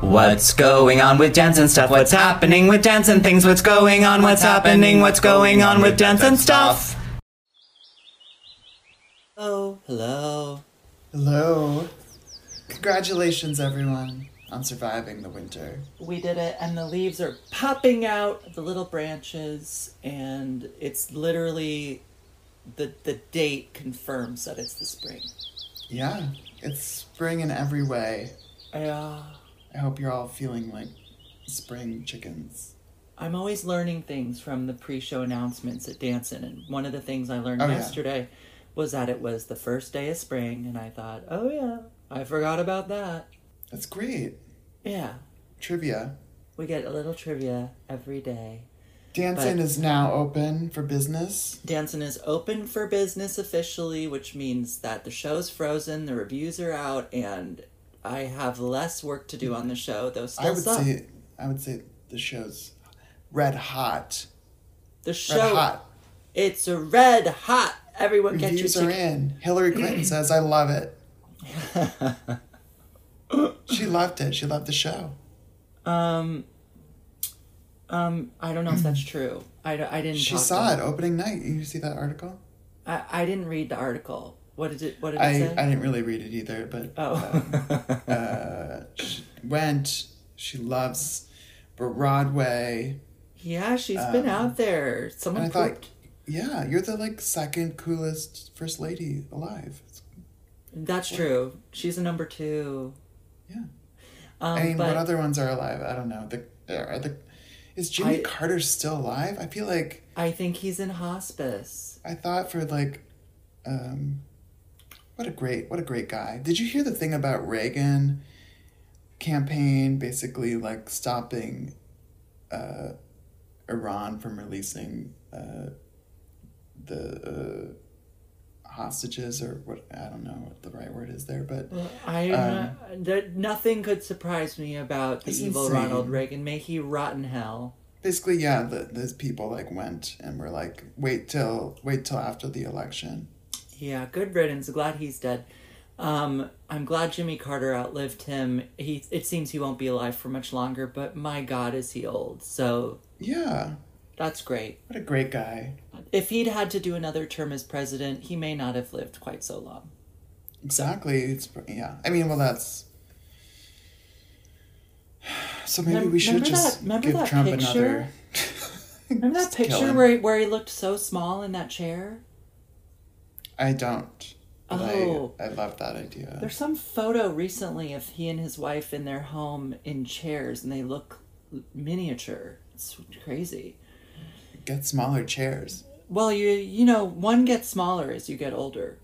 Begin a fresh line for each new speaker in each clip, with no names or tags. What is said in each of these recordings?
What's going on with Jensen stuff? What's happening with Jensen things? What's going on? What's happening? What's going on with Jensen stuff?
Hello, hello.
Hello. Congratulations, everyone, on surviving the winter.
We did it, and the leaves are popping out of the little branches, and it's literally the the date confirms that it's the spring.
Yeah, it's spring in every way.
Yeah,
I hope you're all feeling like spring chickens.
I'm always learning things from the pre-show announcements at Dancin', and one of the things I learned
Oh, yeah.
yesterday was that it was the first day of spring, and I thought, oh yeah, I forgot about that.
That's great.
Yeah,
Trivia.
we get a little trivia every day.
Dancing is now open for business.
Dancin' is open for business officially, which means that the show's frozen, the reviews are out, and I have less work to do on the show, though still
I would
some.
say I would say the show's red hot.
the
Red
show
hot.
it's a red hot. Everyone get your
Reviews are
ticket.
in. Hillary Clinton says I love it. she loved it. She loved the show.
Um um I don't know if that's true. I, d- I didn't
She
talk to
saw
them.
it opening night. You see that article?
I, I didn't read the article. What did it what did it
I,
say?
I didn't really read it either, but
oh.
uh, she went. She loves Broadway.
yeah, she's been out there.
Um, And
Someone
I thought,
pooped.
yeah, you're the like second coolest first lady alive. It's-
That's true. She's a number 2.
Yeah.
Um,
I mean,
but
what other ones are alive? I don't know. The are the is Jimmy
I-
Carter still alive? I feel like
I think he's in hospice.
I thought for like, um, what a great what a great guy. Did you hear the thing about Reagan campaign basically like stopping uh, Iran from releasing uh, the uh, hostages or what I don't know what the right word is there, but
I
um,
there, nothing could surprise me about the
It's
evil
insane.
Ronald Reagan. May he rot in hell.
basically yeah, the, those people like went and were like wait till wait till after the election.
Yeah, good riddance. Glad he's dead. Um, I'm glad Jimmy Carter outlived him. He it seems he won't be alive for much longer, but my God, is he old? So
Yeah,
that's great.
what a great guy.
If he'd had to do another term as president, he may not have lived quite so long.
Exactly. It's yeah. I mean, well, that's. So maybe
Mem-
we should
remember
just
that- remember
give
that
Trump
picture?
another.
Remember that
Just kill
picture
him.
where he, where he looked so small in that chair?
I don't. But
Oh.
I, I love that idea.
There's some photo recently of he and his wife in their home in chairs, and they look miniature. It's crazy.
Get smaller chairs.
Well, you you know, one gets smaller as you get older.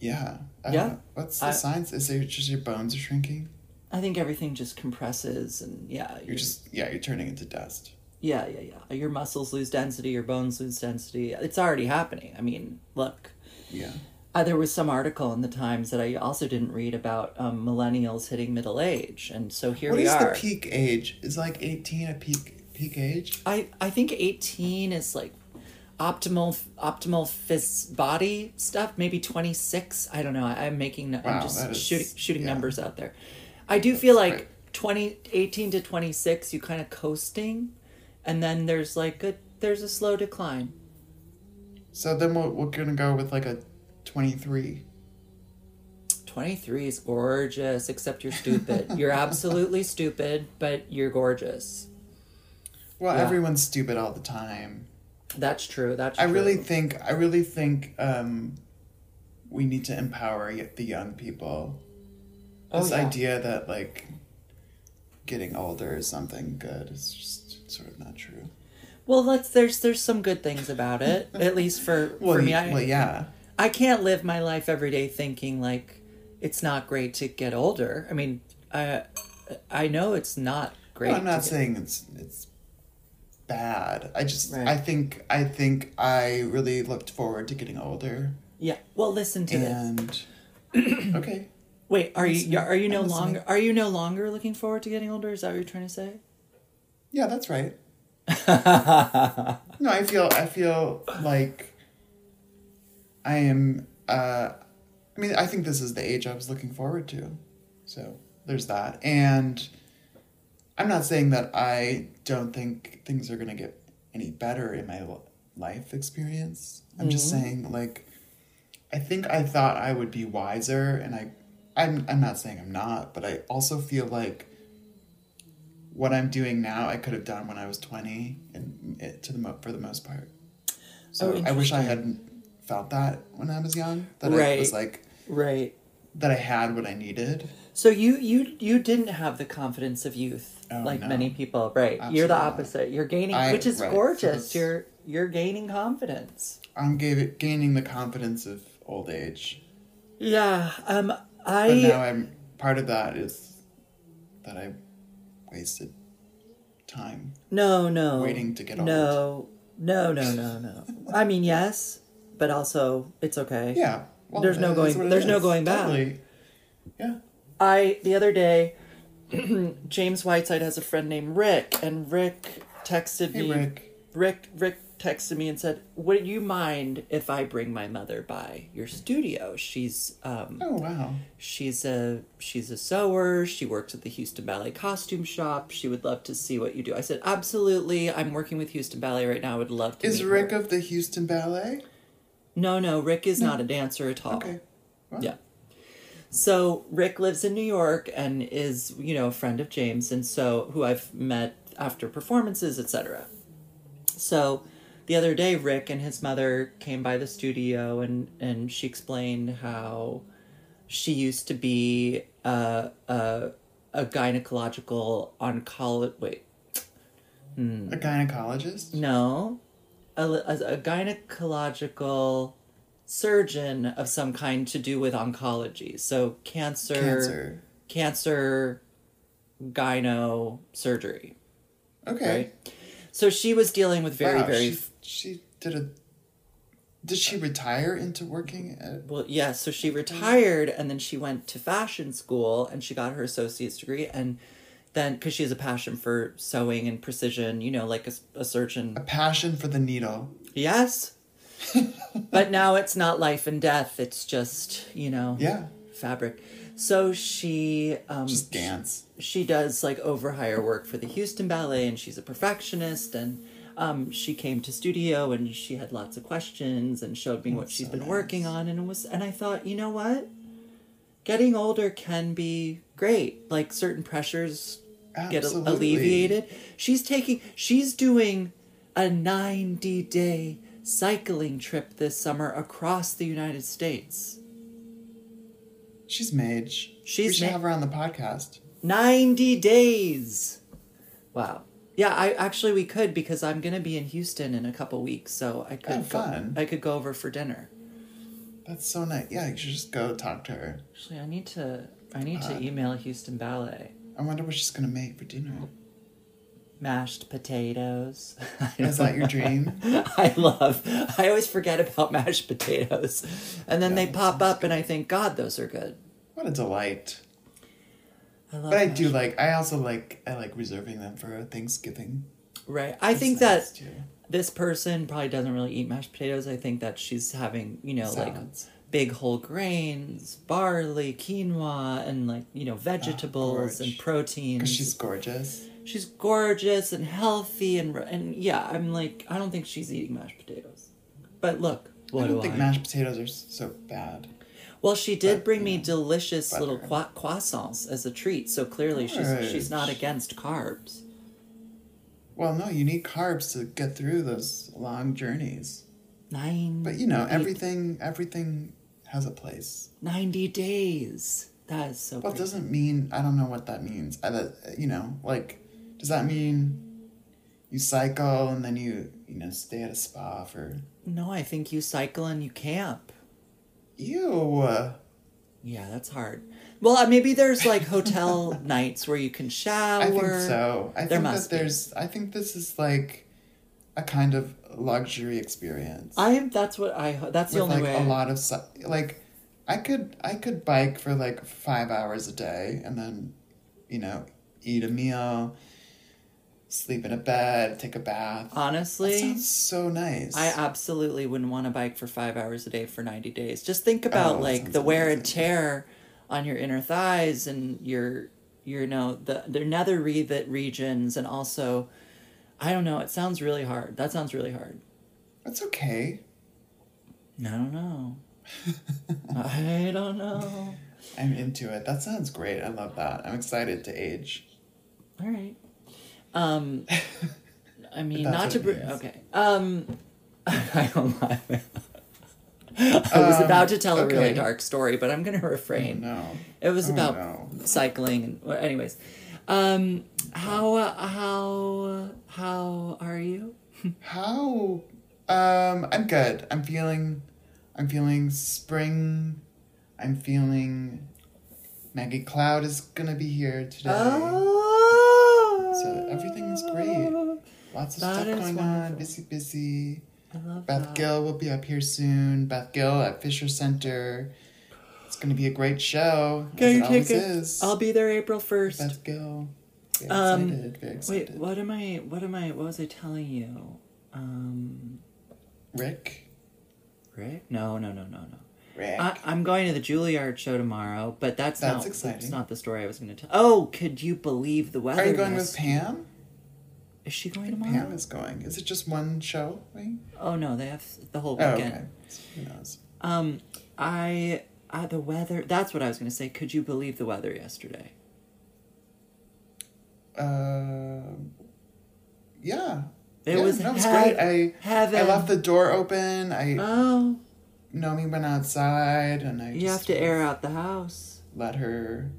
Yeah. I
Yeah.
don't know. What's the
I-
science? Is it just your bones are shrinking?
I think everything just compresses, and yeah,
You're just yeah. You're turning into dust.
yeah, yeah, yeah. Your muscles lose density, your bones lose density. It's already happening. I mean, look.
Yeah.
Uh, there was some article in the Times that I also didn't read about um, millennials hitting middle age, and so here
what
we
is
are.
the peak age? Is like eighteen a peak peak age?
I I think 18 is like optimal optimal fist body stuff maybe 26 i don't know I, i'm making
Wow,
i'm just
that is-
shooting shooting
yeah.
numbers out there i do feel like
right.
20 18 to 26 you kind of coasting and then there's like a there's a slow decline
So then we'll, we're gonna go with like a twenty three.
23 is gorgeous except you're stupid you're absolutely stupid but you're gorgeous
Well,
Yeah.
everyone's stupid all the time.
that's true that's
I
true.
really think I really think um, we need to empower y- the young people.
Oh,
This
yeah.
idea that like getting older is something good is just sort of not true.
well let's there's there's some good things about it at least for
Well,
for me
y-
I,
well, yeah,
I can't live my life every day thinking like it's not great to get older. I mean, I I know it's not great.
No, I'm not
to
saying it's it's bad. I just
Right.
I think I think I really looked forward to getting older
get, yeah. Well, listen to this.
and okay.
Wait, are you are you no
I'm listening.
longer are you no longer looking forward to getting older? Is that what you're trying to say?
Yeah, that's right. no, I feel I feel like I am uh I mean, I think this is the age I was looking forward to. So there's that. And I'm not saying that I don't think things are going to get any better in my l- life experience. I'm just
Mm-hmm.
saying, like, I think I thought I would be wiser, and I, I'm, I'm not saying I'm not, but I also feel like what I'm doing now I could have done when I was 20, and it, to the mo- for the most part. So
Oh,
I wish I
interesting.
hadn't felt that when I was young. That I
Right.
was like
Right.
that I had what I needed.
So you you you didn't have the confidence of youth
Oh,
like
no.
many people, right? You're
Absolutely
the
not.
opposite. You're gaining,
I-
which is
right, so
gorgeous.
that's-
you're you're gaining confidence.
I'm gave, gaining the confidence of old age.
Yeah. Um. I.
But now I'm part of that is that I wasted time.
No, no.
Waiting to get
No, no, no, no, no. I mean, yes, but also it's okay.
Yeah. Well,
There's no
that's
going-
what it
there's no
is.
going back.
Totally. Yeah.
I the other day, James Whiteside has a friend named Rick, and Rick texted
Hey,
me.
Rick.
Rick Rick texted me and said, "Would you mind if I bring my mother by your studio? She's um
Oh wow.
she's a she's a sewer. She works at the Houston Ballet costume shop. She would love to see what you do." I said, "Absolutely. I'm working with Houston Ballet right now. I would love to."
Is
meet
Rick
her."
of the Houston Ballet?
No, no. Rick is not a dancer at all.
Okay. Well,
Yeah. So Rick lives in New York and is, you know, a friend of James and so who I've met after performances, etc. So the other day Rick and his mother came by the studio and and she explained how she used to be a a, a gynecological oncologist wait,
A gynecologist.
no. A, a, a gynecological surgeon of some kind to do with oncology. So cancer,
Cancer.
cancer gyno surgery.
Okay.
So she was dealing with very,
Wow,
very.
She, she did a. Did she retire into working at?
Well, yeah, so she retired and then she went to fashion school and she got her associate's degree. And then, because she has a passion for sewing and precision, you know, like a, s- a surgeon.
A passion for the needle.
Yes. but now it's not life and death, it's just, you know,
Yeah.
fabric. So she. Um,
Just dance.
she does like overhire work for the Houston Ballet and she's a perfectionist and um, she came to studio and she had lots of questions and showed me what she's
so
been
nice.
working on and it was and I thought, you know what? Getting older can be great. Like certain pressures get
Absolutely.
alleviated. She's taking she's doing a 90 day cycling trip this summer across the United States.
She's mage.
She's
we should
ma-
have her on the podcast.
90 days. Wow. Yeah, I actually we could because I'm going to be in Houston in a couple weeks, so I could go,
Oh, fun.
I could go over for dinner.
That's so nice. Yeah, you should just go talk to her.
Actually, I need to I need to email Houston Ballet.
I wonder what she's gonna make for dinner.
Mashed potatoes.
Is that your dream?
I love. I always forget about mashed potatoes. And then they
that
pop up and I think god those are good.
What a delight.
I love
But I
mashed-
do like. I also like. I like reserving them for Thanksgiving.
Right. I
It's
think
nice,
that
too.
this person probably doesn't really eat mashed potatoes. I think that she's having, you know,
Salads.
like big whole grains, barley, quinoa, and like, you know, vegetables and
Oh, gorge.
proteins.
Cause she's gorgeous.
she's gorgeous and healthy and and yeah, I'm like I don't think she's eating mashed potatoes. But look, what
I don't
do
think
I?
mashed potatoes are s- so bad.
well, she did
but,
bring
you
me
know,
delicious little
butter.
qua- croissants as a treat, so clearly she's she's not
Gorge.
against carbs.
Well, no, you need carbs to get through those long journeys.
Nine
But you know,
eight-
everything everything has a place.
90 days. That is so
Well, it
crazy.
doesn't mean I don't know what that means. I, that- you know, like does that mean you cycle and then you you know stay at a spa for
No, I think you cycle and you camp.
ew? uh,
Yeah, that's hard. Well, uh, maybe there's like hotel nights where you can shower.
I think so. I think
must
that
be.
there's. I think this is like a kind of luxury experience.
I that's what I ho- that's the
with
only
like
way.
a lot of si- like i could i could bike for like five hours a day and then you know eat a meal sleep in a bed take a bath that
Honestly,
sounds so nice
I absolutely wouldn't want to bike for 5 hours a day for 90 days. Just think about
Oh, that
like
sounds
the wear and
amazing.
tear on your inner thighs and your your know the the nether re- regions and also I don't know. It sounds really hard. That sounds really hard.
That's okay.
I don't know. I don't know.
I'm into it. That sounds great. I love that. I'm excited to age.
All right. Um, I mean,
That's
not
what
to
it
bring.
means.
Okay. Um, I don't lie. I was
Um,
about to tell a really
okay.
dark story, but I'm going to refrain.
No.
It was
Oh,
about
no.
cycling. And, well, anyways, um, how uh, how how are you?
How? Um, I'm good. I'm feeling, I'm feeling spring. I'm feeling Maggie Cloud is gonna be here today.
Oh,
So everything is great. Lots of
That
stuff
is
going on.
wonderful.
Busy, busy.
I love
Beth
that.
Gill will be up here soon. Beth Gill at Fisher Center. It's gonna be a great show.
Go
as it
tickets.
always is.
I'll be there April first.
Beth Gill. Very
Um,
excited. Very
Wait,
excited.
what am I? What am I? What was I telling you? Um,
Rick. Uh,
Rick? No, no, no, no, no.
Rick.
I, I'm going to the Juilliard show tomorrow, but that's,
That's
not
exciting.
That's not the story I was going to tell. Oh, could you believe the weather?
Are you going with
mess-
Pam?
Is she going
Pam
tomorrow?
is going. Is it just one show? Right?
Oh no, they have the whole
Oh,
weekend.
okay. Who knows?
Um, I, I the weather. That's what I was going to say. Could you believe the weather yesterday?
Um yeah.
It
yeah,
was
no, it was
hea-
great. I
heaven.
I left the door open. I
Oh,
Nomi went outside, and I
you
just
have to air out the house.
let her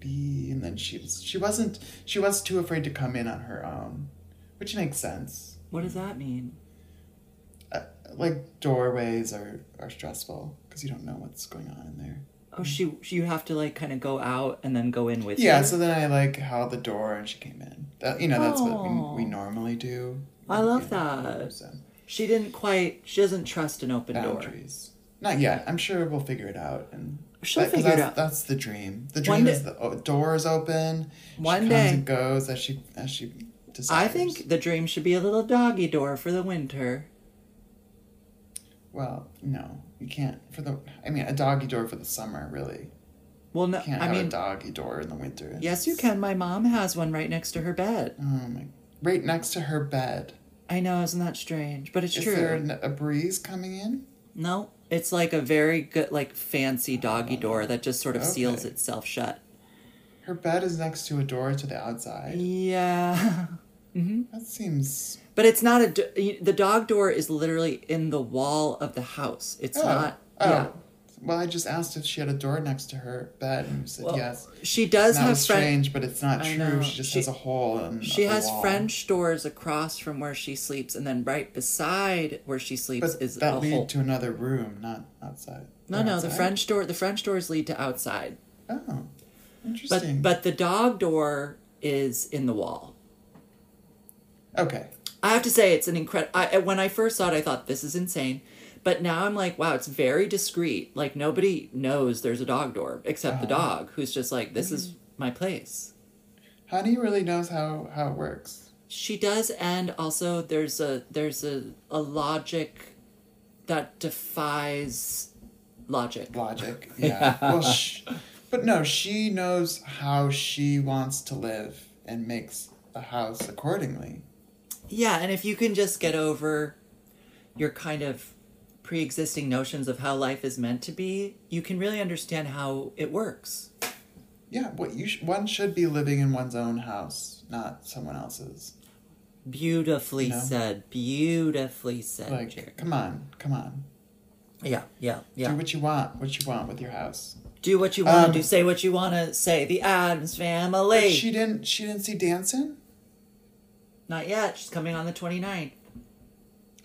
be. And then she was she wasn't she was too afraid to come in on her own, which makes sense.
What does that mean?
Uh, like doorways are are stressful because you don't know what's going on in there.
Oh, she, she, you have to like kind of go out and then go in with.
Yeah,
her?
so then I like held the door and she came in. That you know that's
Aw.
what we, we normally do.
I love
Yeah,
that.
so
She didn't quite. She doesn't trust an open door.
Boundaries. Not yet. I'm sure we'll figure it out. And
She'll
'cause
figure it
that's-
out.
That's the dream. The
One
dream
day-
is the oh, doors open.
One
she
day.
comes and goes as she as she desires.
I think the dream should be a little doggy door for the winter.
Well, no, you can't for the. I mean, a doggy door for the summer, really.
Well, no,
You can't
Uh, I
have
mean,
a doggy door in the winter.
yes, you can. My mom has one right next to her bed.
Oh my! Right next to her bed.
I know, isn't that strange? But it's
Is
true.
there an- a breeze coming in?
No, it's like a very good, like fancy doggy door that just sort of seals
Okay.
itself shut.
Her bed is next to a door to the outside.
Yeah,
That seems.
Mm-hmm. but it's not a. d- The dog door is literally in the wall of the house. It's
Oh,
not.
oh.
Yeah.
Well, I just asked if she had a door next to her bed, and you said
Well,
yes.
She does
That
have
was
friends.
strange, but it's not
I
true.
know.
She just
She-
has a hole. In
She
the
has
wall.
French doors across from where she sleeps, and then right beside where she sleeps
But
is a
that lead
hole.
to another room, not outside.
no,
Or
no, the
outside?
French door. The French doors lead to outside,
Oh, interesting.
but but the dog door is in the wall.
okay,
I have to say it's an incredible. I, when I first saw it, I thought this is insane, but now I'm like, wow, it's very discreet. Like nobody knows there's a dog door except the dog, who's just like, this is my place.
Honey really knows how how it works.
She does, and also there's a there's a a logic that defies logic.
Logic, yeah. well, sh but no, she knows how she wants to live and makes the house accordingly.
Yeah, and if you can just get over your kind of pre-existing notions of how life is meant to be, you can really understand how it works.
Yeah, what you sh- one should be living in one's own house, not someone else's.
Beautifully
You know?
said. Beautifully said,
Like,
Jared.
come on, come on,
Yeah, yeah, yeah.
do what you want, what you want with your house.
Do what you want to
Um,
do. Say what you want to say. The Adams
But
family.
she didn't. She didn't see dancing.
Not yet. She's coming on the 29th.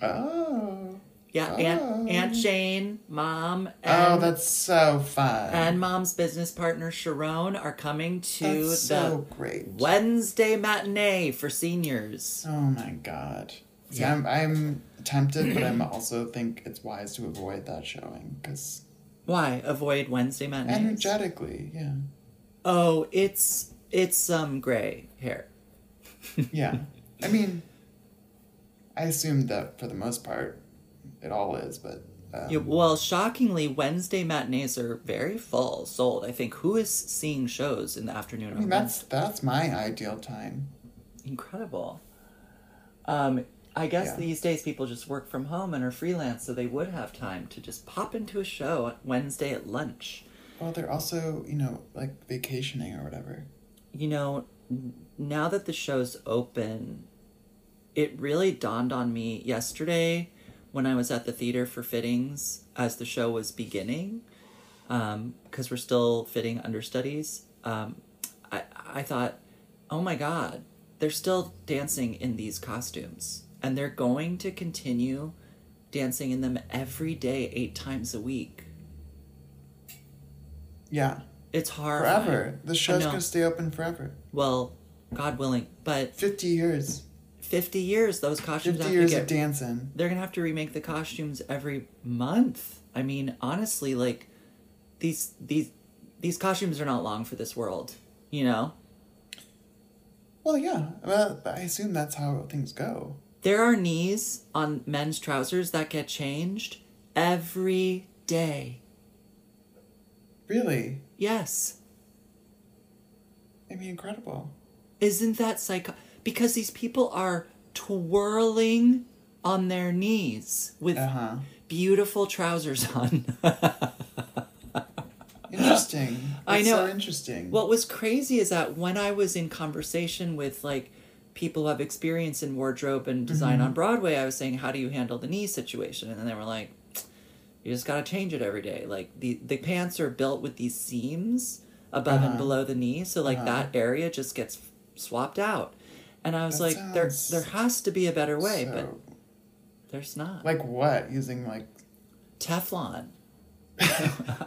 Oh.
Yeah, Aunt,
Oh.
Aunt Shane, Mom,
Oh,
and,
that's so fun.
and Mom's business partner, Sharon, are coming to
that's
the
so great.
Wednesday matinee for seniors.
Oh my god. See,
Yeah.
I'm, I'm tempted, but I'm also think it's wise to avoid that showing because
Why? Avoid Wednesday matinees.
energetically, yeah,
Oh, it's, it's some gray hair.
yeah. I mean, I assume that for the most part, it all is, but Um,
Yeah, well, shockingly, Wednesday matinees are very full, sold. I think who is seeing shows in the afternoon?
I mean,
on
that's that's my ideal time.
Wednesday? incredible. Um, I guess
Yeah.
these days people just work from home and are freelance, so they would have time to just pop into a show on Wednesday at lunch.
Well, they're also you know like vacationing or whatever.
You know, n- now that the show's open, it really dawned on me yesterday when I was at the theater for fittings as the show was beginning, because we're still fitting understudies. Um, I, I thought, oh my God, they're still dancing in these costumes. And they're going to continue dancing in them every day, eight times a week.
Yeah,
It's hard.
forever. The show's
know.
gonna stay open forever.
Well, God willing. But
Fifty years.
50 years, those costumes have
Fifty years
to
of
get
dancing.
they're gonna have to remake the costumes every month. I mean, honestly, like these these these costumes are not long for this world, you know.
Well, yeah. Well, I assume that's how things go.
There are knees on men's trousers that get changed every day.
Really?
Yes,
I mean, incredible.
isn't that psycho? Because these people are twirling on their knees with
Uh huh.
beautiful trousers on.
Interesting.
I
That's
know.
So interesting.
What was crazy is that when I was in conversation with like people who have experience in wardrobe and design
Mm-hmm.
on Broadway, I was saying, "How do you handle the knee situation?" And then they were like, "You just got to change it every day. Like the the pants are built with these seams above
Uh-huh.
and below the knee, so like that area just gets swapped out." And I was
That
like,
sounds
"There there has to be a better way,
So,
but there's not."
like what? Using like
Teflon.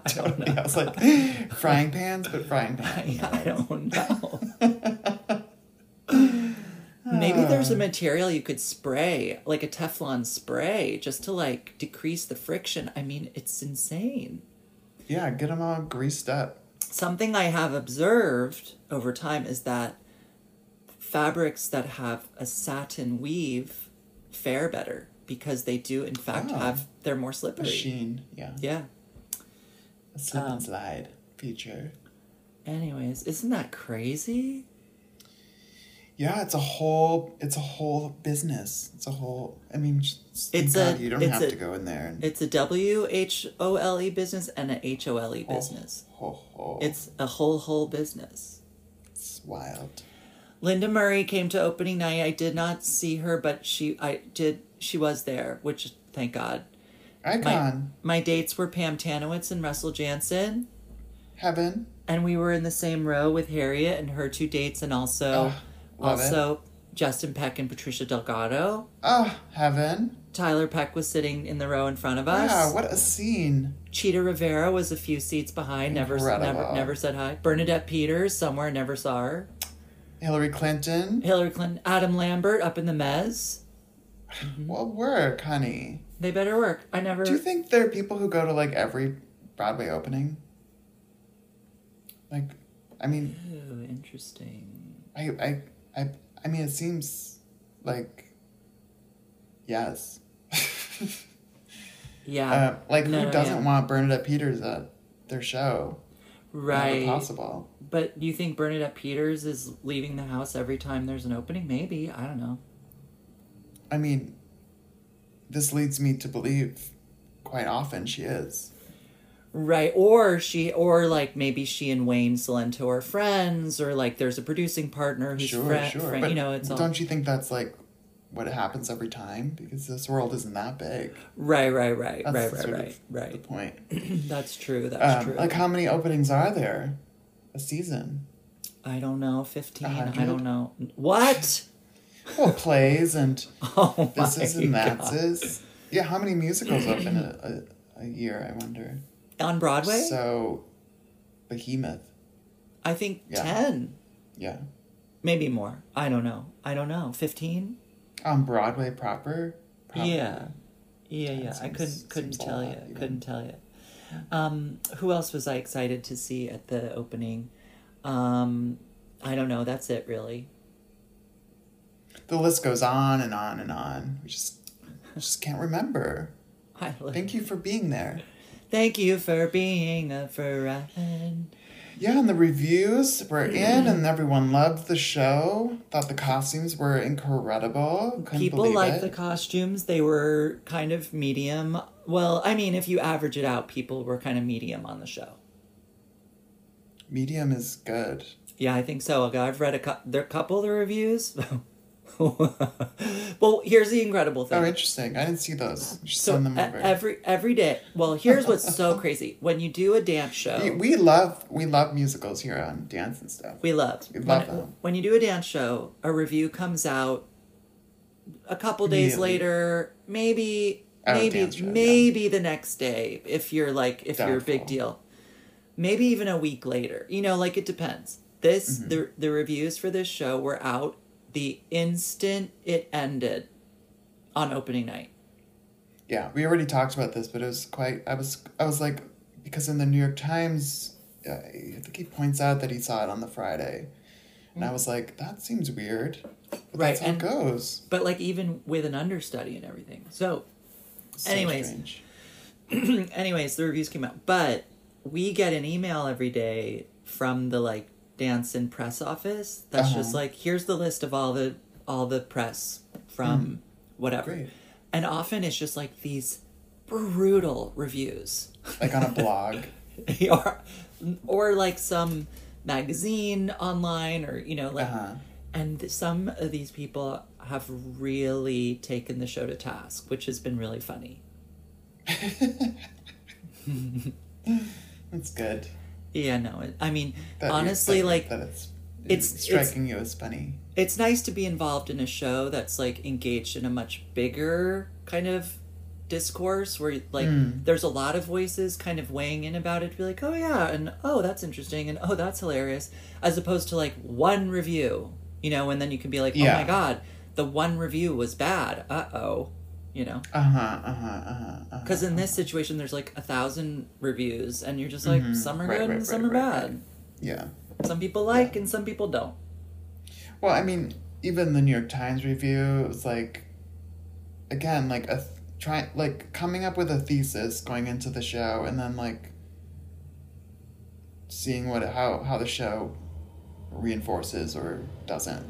totally. I was like frying pans, but frying pans.
I, I don't know. Maybe there's a material you could spray, like a Teflon spray, just to like decrease the friction. I mean, it's insane.
Yeah, get them all greased up.
Something I have observed over time is that fabrics that have a satin weave fare better because they do, in fact,
Oh.
have they're more slippery.
Machine. Yeah.
Yeah.
A slip
Um,
and slide feature.
Anyways, isn't that crazy?
Yeah, it's a whole. It's a whole business. It's a whole. I mean, just, thank
It's
God
a-
you don't
it's
have
a-
to go in there and.
It's a W H O L E business and a H O L E
Oh.
business.
Ho, ho.
It's a whole whole business.
It's wild.
Linda Murray came to opening night. I did not see her, but she I did she was there, which thank God. My
Icon.
my dates were Pam Tanowitz and Russell Jansen,
Heaven.
and we were in the same row with Harriet and her two dates and also
Ah, love it.
also Justin Peck and Patricia Delgado.
Oh, heaven.
Tyler Peck was sitting in the row in front of us.
Wow, what a scene.
Cheetah Rivera was a few seats behind, never never
Incredible.
never said hi. Bernadette Peters somewhere, never saw her.
Hillary Clinton.
Hillary Clinton, Adam Lambert up in the mezz. Mm-hmm.
What work, honey?
They better work. I never.
Do you think there are people who go to like every Broadway opening? Like, I mean,
oh, interesting.
I, I, I, I mean, it seems like yes.
Yeah.
uh, like,
No,
who
Um, no,
doesn't
yeah.
want Bernadette Peters at their show?
right.
Never possible.
But do you think Bernadette Peters is leaving the house every time there's an opening? Maybe. I don't know.
I mean, this leads me to believe quite often she is.
Right. Or she, or like maybe she and Wayne Salento are friends, or like there's a producing partner who's
Sure,
friend.
sure.
friend-
but
you know, it's all.
don't you think that's like what happens every time? Because this world isn't that big.
Right, right, right,
That's
right, right,
sort of
right,
The
right.
point.
That's true. That's
Um,
true.
like, how many openings are there a season?
I don't know. 15. I
hundred?
don't know. What?
Well, plays and
Oh, my
this is and that's
God.
is. Yeah, how many musicals open a, a, a year? I wonder.
On Broadway?
So, behemoth.
I think
Yeah.
10.
Yeah,
maybe more i don't know i don't know 15
on Broadway proper. probably.
yeah yeah yeah i
seems-
couldn't couldn't
seems a
tell
lot,
you
yeah.
couldn't tell you um who else was i excited to see at the opening um i don't know that's it really
The list goes on and on and on. We just we just can't remember.
I love
Thank you for being there.
Thank you for being a friend.
Yeah, and the reviews were in, and everyone loved the show. Thought the costumes were incredible. Couldn't
People
believe
liked
it.
the costumes. They were kind of medium. Well, I mean, if you average it out, people were kind of medium on the show.
medium is good.
Yeah, I think so. Like, I've read a cou- there are a couple of the reviews. well, here's the incredible thing.
Oh, interesting. I didn't see those. You should
So
send them
e-
over.
every every day. Well, here's what's so crazy. When you do a dance show,
We- we love we love musicals here on dance and stuff.
we loved.
We love
when,
them.
when you do a dance show, a review comes out a couple days
Immediately.
later, maybe
At a
maybe
dance show, yeah.
maybe the next day if you're like if you're a big
Doubtful.
deal. Maybe even a week later. You know, like it depends. This
Mm-hmm.
the the reviews for this show were out the instant it ended on opening night.
Yeah, we already talked about this, but it was quite. I was I was like because in the New York Times, uh, I think he points out that he saw it on the Friday, and I was like, that seems weird. But
Mm. Right,
that's how
and-
it goes.
But like even with an understudy and everything. So
So
Anyways.
strange.
anyways, the reviews came out, but we get an email every day from the like dance and press office that's
Uh-huh.
just like here's the list of all the all the press from whatever.
Hmm. Great.
And often it's just like these brutal reviews.
like on a blog.
or or like some magazine online or you know like
Uh-huh.
and some of these people have really taken the show to task, which has been really funny.
That's good.
Yeah, no. It, I mean,
That you-
honestly,
that-
like
that it's
it's-
it's striking you as funny.
it's nice to be involved in a show that's like engaged in a much bigger kind of discourse where like
Hmm.
there's a lot of voices kind of weighing in about it to be like, "Oh yeah," and "Oh, that's interesting," and "Oh, that's hilarious," as opposed to like one review, you know, and then you can be like, "Oh
Yeah.
my god, the one review was bad." Uh-oh. You know,
Uh huh. Uh huh. Uh huh.
because in this situation, there's like a thousand reviews, and you're just like, some are
Right,
good
right,
and some
right,
are
right,
bad.
yeah.
Some people like and some people don't.
Well, I mean, even the New York Times review it was like, again, like a th- try like coming up with a thesis going into the show, and then like seeing what how how the show reinforces or doesn't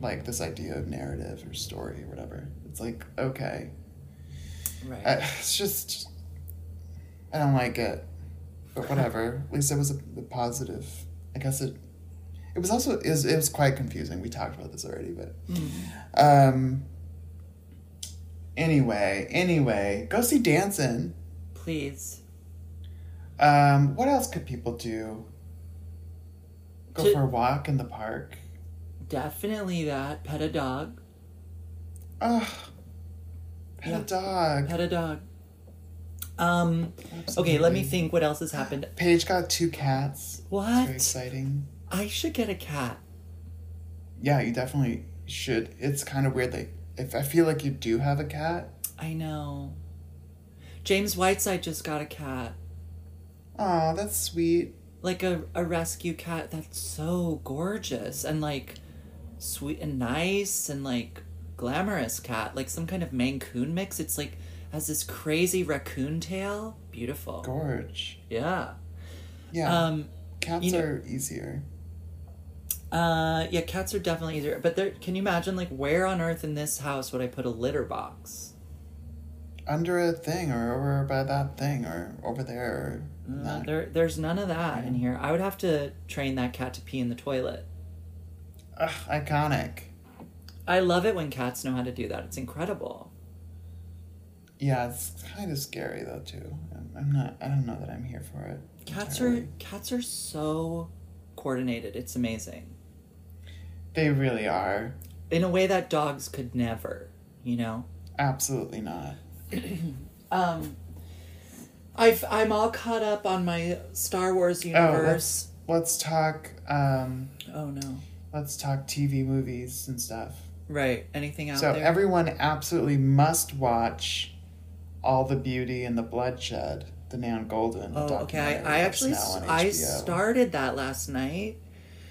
like this idea of narrative or story or whatever. It's like okay,
Right.
I, it's just I don't like it, but whatever. At least it was a, a positive. I guess it. It was also is it was quite confusing. We talked about this already, but
Mm-hmm.
um. Anyway, anyway, go see Dancing.
Please.
Um, what else could people do? Go
To-
for a walk in the park.
Definitely that. Pet a dog.
Ugh. Pet
Yeah.
a dog.
Pet a dog. Um, okay, let me think what else has happened.
Paige got two cats. It's very
What?
exciting.
I should get a cat.
Yeah, you definitely should. It's kind of weird. Like, if I feel like you do have a cat,
I know. James Whiteside just got a cat.
oh, that's sweet.
Like a, a rescue cat that's so gorgeous and like sweet and nice and like glamorous cat. Like some kind of Mancoon mix. It's like has this crazy raccoon tail. Beautiful.
Gorge.
Yeah.
Yeah,
Um,
cats
you know-
are easier.
Uh, yeah, cats are definitely easier. But there, can you imagine like where on earth in this house would I put a litter box?
Under a thing, or over by that thing, or over there, or
Uh,
not.
there, there's none of that in here. I would have to train that cat to pee in the toilet.
Ugh, iconic.
I love it when cats know how to do that. It's incredible.
Yeah, it's kind of scary though too. I'm- I'm not. I don't know that I'm here for it.
Cats are
entirely.
cats are so coordinated. It's amazing
They really are.
in a way that dogs could never. You know.
Absolutely not.
Um, I've I'm all caught up on my Star Wars
Oh,
universe.
let's let's talk. Um,
Oh, no.
let's talk TV movies and stuff.
Right. Anything out
So
there?
everyone absolutely must watch all the beauty and the bloodshed, the Nan Golden.
Oh, okay.
documentary
I, I
that's
actually
now
s-
on
I
HBO.
started that last night.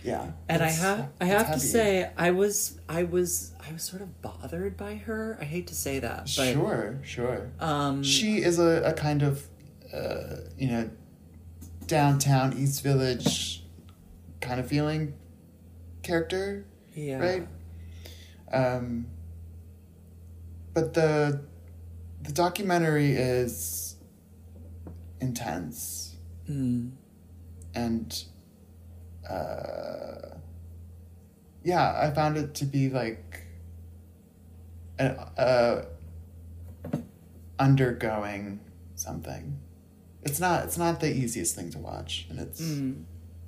Yeah.
and I
It's-
have I
it's
have to
heavy.
say I was I was I was sort of bothered by her. I hate to say that, but
Sure, sure.
um
she is a, a kind of, uh, you know, downtown East Village kind of feeling character,
yeah.
right? Um, but the the documentary is intense
Mm.
and uh, yeah, I found it to be like an uh, undergoing something. It's not. It's not the easiest thing to watch, and it's
Mm.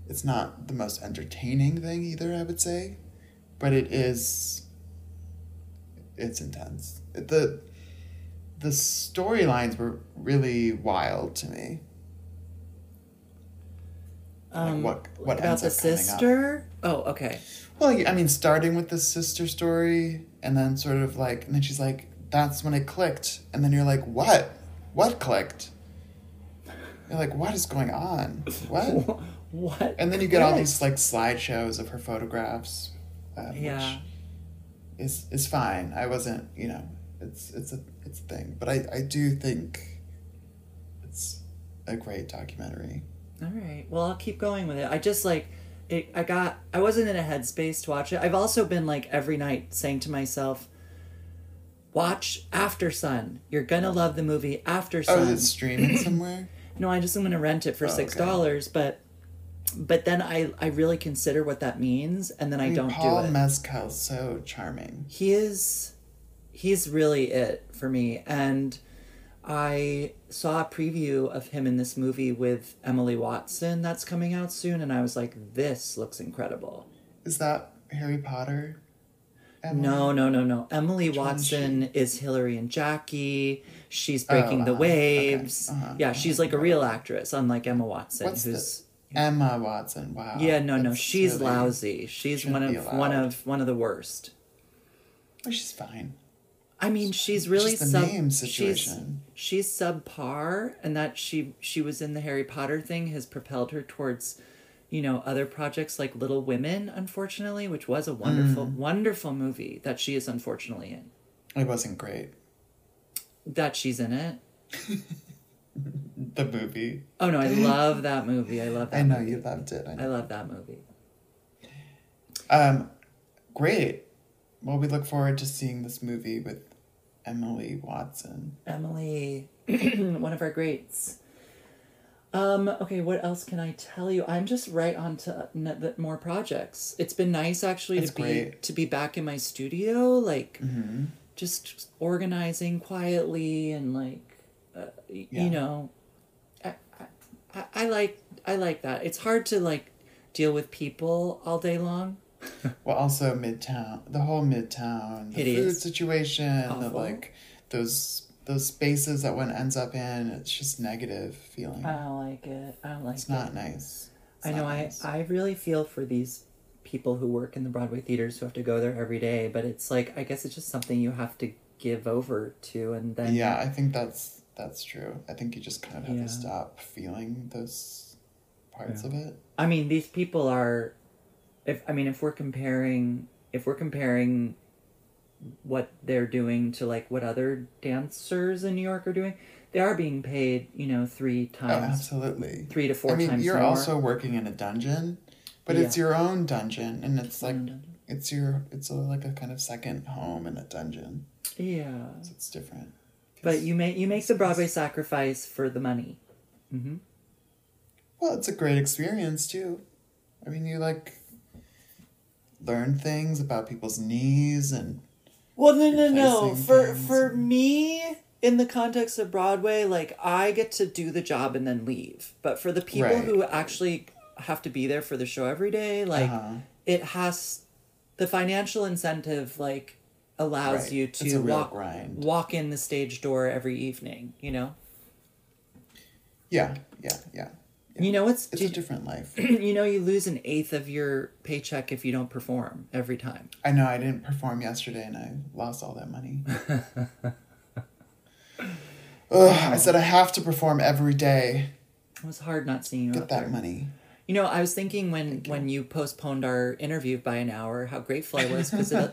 it's not the most entertaining thing either. I would say, but it is. It's intense. the The storylines were really wild to me.
Um,
what- what
about
ends
the
up coming up.
sister? Oh, okay.
Well, yeah, I mean, starting with the sister story, and then sort of like, and then she's like, "That's when it clicked," and then you're like, "What? What clicked?" You're like, "What is going on? What?"
What?
And then you get all these like slideshows of her photographs, um,
Yeah.
which is is fine. I wasn't, you know, it's it's a it's a thing, but I I do think it's a great documentary.
All right. Well, I'll keep going with it. I just like it. I got. I wasn't in a headspace to watch it. I've also been like every night saying to myself, "Watch After Sun. You're gonna love the movie After
Oh,
Sun."
is it streaming somewhere?
No, I just am gonna rent it for six dollars, but but then I I really consider what that means, and then I, don't
Paul
do it.
Mezcal, so charming.
he is he's really it for me and i saw a preview of him in this movie with emily watson that's coming out soon and i was like this looks incredible
Is that Harry Potter?
no
Mm-hmm.
no no no emily watson is hillary and jackie she's breaking the
uh-huh, okay,
waves
uh-huh,
yeah she's like a real actress unlike emma watson
What's the-
who's
Emma Watson. Wow.
yeah no no
That's
she's
really-
lousy she's one
shouldn't
of
be
one
allowed.
of one of the worst
Oh, she's fine.
I mean, she's really
the
sub.
name
she's-
situation.
She's, subpar, and that she she was in the Harry Potter thing has propelled her towards, you know, other projects like Little Women, unfortunately, which was a wonderful,
Mm.
wonderful movie that she is unfortunately in.
It wasn't great.
That she's in it.
The movie.
Oh no, I love that movie. I love that.
I know
movie.
you loved it. I
I
know.
love that movie.
Um, great. Well, we look forward to seeing this movie with Emily Watson.
Emily, one of our greats. Um, okay, what else can I tell you? I'm just right on to n- the- more projects. It's been nice actually
That's
to be
great. Mm-hmm.
to be back in my studio, like just organizing quietly and like uh, y-
Yeah.
you know, I, I, I like I like that. It's hard to like deal with people all day long.
Well, also Midtown, the whole Midtown, the
Hideous.
food situation, the
Awful.
like those those spaces that one ends up in. It's just negative feeling.
I don't like it. I don't like
it's
it.
not nice. It's
Uh, I know.
not
I,
nice.
I really feel for these people who work in the Broadway theaters who have to go there every day, but it's like, I guess it's just something you have to give over to. And then,
Yeah, I think that's that's true. I think you just kind of have
Yeah.
to stop feeling those parts of it.
I mean, these people are, if, I mean, if we're comparing, if we're comparing what they're doing to like what other dancers in New York are doing, they are being paid, you know, three
Oh,
times,
absolutely.
three to four
I mean,
times
you're
more.
also working in a dungeon, but it's
Yeah.
your own dungeon, and it's like
own dungeon.
it's your it's a, like a kind of second home in a dungeon.
yeah.
So it's different.
But you make, you make the Broadway sacrifice for the money.
Well, it's a great experience too. I mean, you like learn things about people's knees and
Well, no, no, no.
Replacing
For
things
for me, in the context of Broadway, like I get to do the job and then leave. But for the people
Right.
who actually have to be there for the show every day, like
Uh-huh.
it has the financial incentive, like allows
Right.
you
It's a
to
real
walk
grind.
walk in the stage door every evening. You know,
yeah, yeah, yeah. yeah.
you know it's,
It's a different life.
you know you lose an eighth of your paycheck if you don't perform every time.
I know I didn't perform yesterday and I lost all that money. Ugh, I said I have to perform every day.
It was hard not seeing you.
Get
up
that
there.
money.
You know, I was thinking when when you postponed our interview by an hour, how grateful I was because it,